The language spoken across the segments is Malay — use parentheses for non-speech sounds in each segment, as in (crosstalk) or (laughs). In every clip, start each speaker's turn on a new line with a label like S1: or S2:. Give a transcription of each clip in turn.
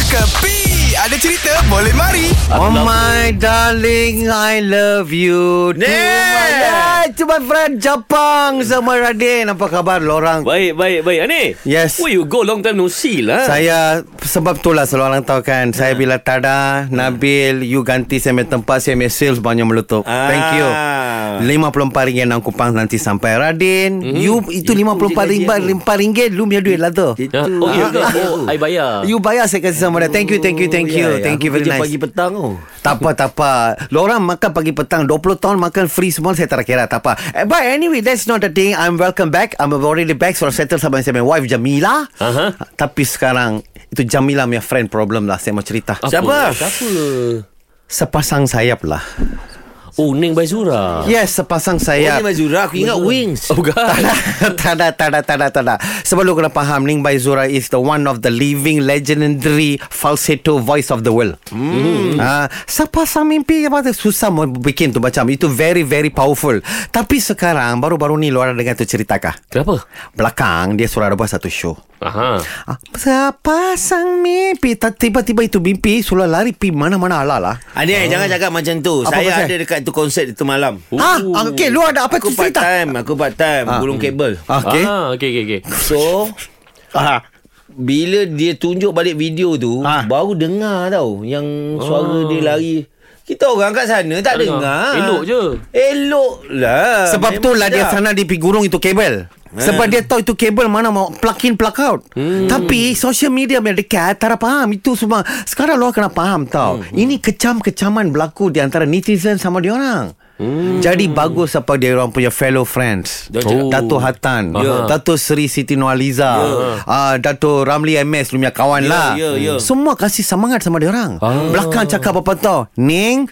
S1: Kepi Ada cerita boleh mari
S2: Oh my darling, I love you.
S3: Nah.
S2: Yeah. To my friend Japang sama Radin. Apa khabar lorang?
S3: Baik, baik, baik. Ani.
S2: Yes.
S3: Where you go long time no see lah.
S2: Saya sebab itulah selalu orang tahu kan
S3: Ah.
S2: Saya bila tada Nabil You ganti saya punya tempat Saya punya sales banyak meletup
S3: Ah.
S2: Thank you RM54 enam kupang nanti sampai Radin
S3: Hmm.
S2: You itu RM54 RM54 Lu punya duit lah tu
S3: Ya. Oh, ya ke? Oh, I bayar.
S2: (laughs)
S3: Oh,
S2: You bayar saya kasih sama dia Thank you, thank you, thank
S3: ya,
S2: you Thank you very nice
S3: Pagi petang oh.
S2: Tak apa, tak apa. Lorang makan pagi petang 20 tahun makan free semua saya tak kira, tak apa. Eh, But anyway, that's not the thing. I'm welcome back. I'm already back. So settle sama saya punya wife Jamila.
S3: Aha.
S2: Tapi sekarang itu Jamila punya friend problem lah saya mau cerita.
S3: Siapa? Siapa?
S2: Sepasang sayap lah.
S3: Oh, Neng Baizura.
S2: Yes, sepasang sayap.
S3: Baizura. Aku ingat Wings. Oh,
S2: Tak
S3: bukan.
S2: ada, (laughs) tak ada, tak ada, tak ada, tak ada. Sebab lu kena faham, Ning Bai Zura is the one of the living legendary falsetto voice of the world. Hmm. Ah, sepasang mimpi apa tu susah mau bikin tu macam itu very very powerful. Tapi sekarang baru-baru ni lu orang dengar tu cerita kah?
S3: Kenapa?
S2: Belakang dia suruh ada buat satu show.
S3: Aha.
S2: Ah, sepasang mimpi Tak, Tiba-tiba itu mimpi Sudah lari pi mana-mana ala lah
S4: Ani ah. jangan cakap macam tu.
S2: Apa
S4: Apa saya
S2: pasal?
S4: ada dekat tu konsert itu malam.
S2: Ah, ah, okay, lu ada apa
S4: Aku
S2: tu
S4: part
S2: cerita?
S4: time, aku part time,
S2: Ah.
S4: gulung kabel.
S2: Ah, Okay
S3: Ah, okay, okay, okay.
S4: So
S2: (laughs) ah.
S4: bila dia tunjuk balik video tu,
S2: Ah.
S4: baru dengar tau yang suara dia lari. Kita orang kat sana tak,
S3: dengar.
S4: dengar.
S3: Elok je.
S4: Elok lah.
S2: Sebab
S4: Memang
S2: tu lah dia
S4: sedap.
S2: sana dia pergi gurung itu kabel. Sebab dia tahu itu kabel mana mau plug in plug out. Hmm. Tapi social media yang dekat tak ada faham itu semua. Sekarang lo kena faham tau. Hmm. Ini kecam-kecaman berlaku di antara netizen sama dia orang. Hmm. Jadi bagus apa dia orang punya fellow friends. Oh.
S3: cakap-
S2: Dato Hatan,
S3: Ya.
S2: Dato Sri Siti Nualiza, ah, Dato Ramli MS lu punya kawan
S4: Ya,
S2: lah.
S4: ya, ya.
S2: Semua kasih semangat sama dia orang.
S3: Ah.
S2: Belakang cakap apa tau? Ning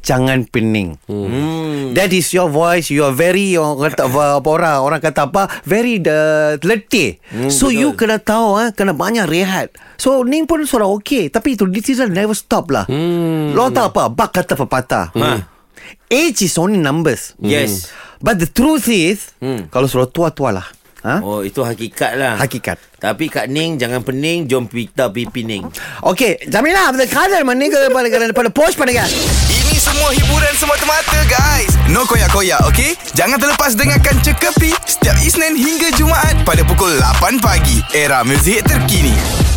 S2: jangan pening.
S4: Hmm.
S2: That is your voice. You are very orang kata apa apa orang orang kata apa very the letih. Hmm, so betul. you kena tahu ah kena banyak rehat. So Ning pun suara okey tapi itu decision never stop lah. Hmm. Lo tahu apa? Bak kata pepatah. Hmm. Age is only numbers.
S4: Yes.
S2: But the truth is hmm. kalau suara tua-tua lah. Ha?
S4: Oh itu hakikat lah.
S2: Hakikat.
S4: Tapi Kak Ning jangan pening, jom kita pipi Ning.
S2: Okay, Jamila, pada kadar mana ke pada pada pada post pada kan?
S1: Ini semua hiburan semata-mata guys No koyak-koyak ok Jangan terlepas dengarkan Cekapi Setiap Isnin hingga Jumaat Pada pukul 8 pagi Era muzik terkini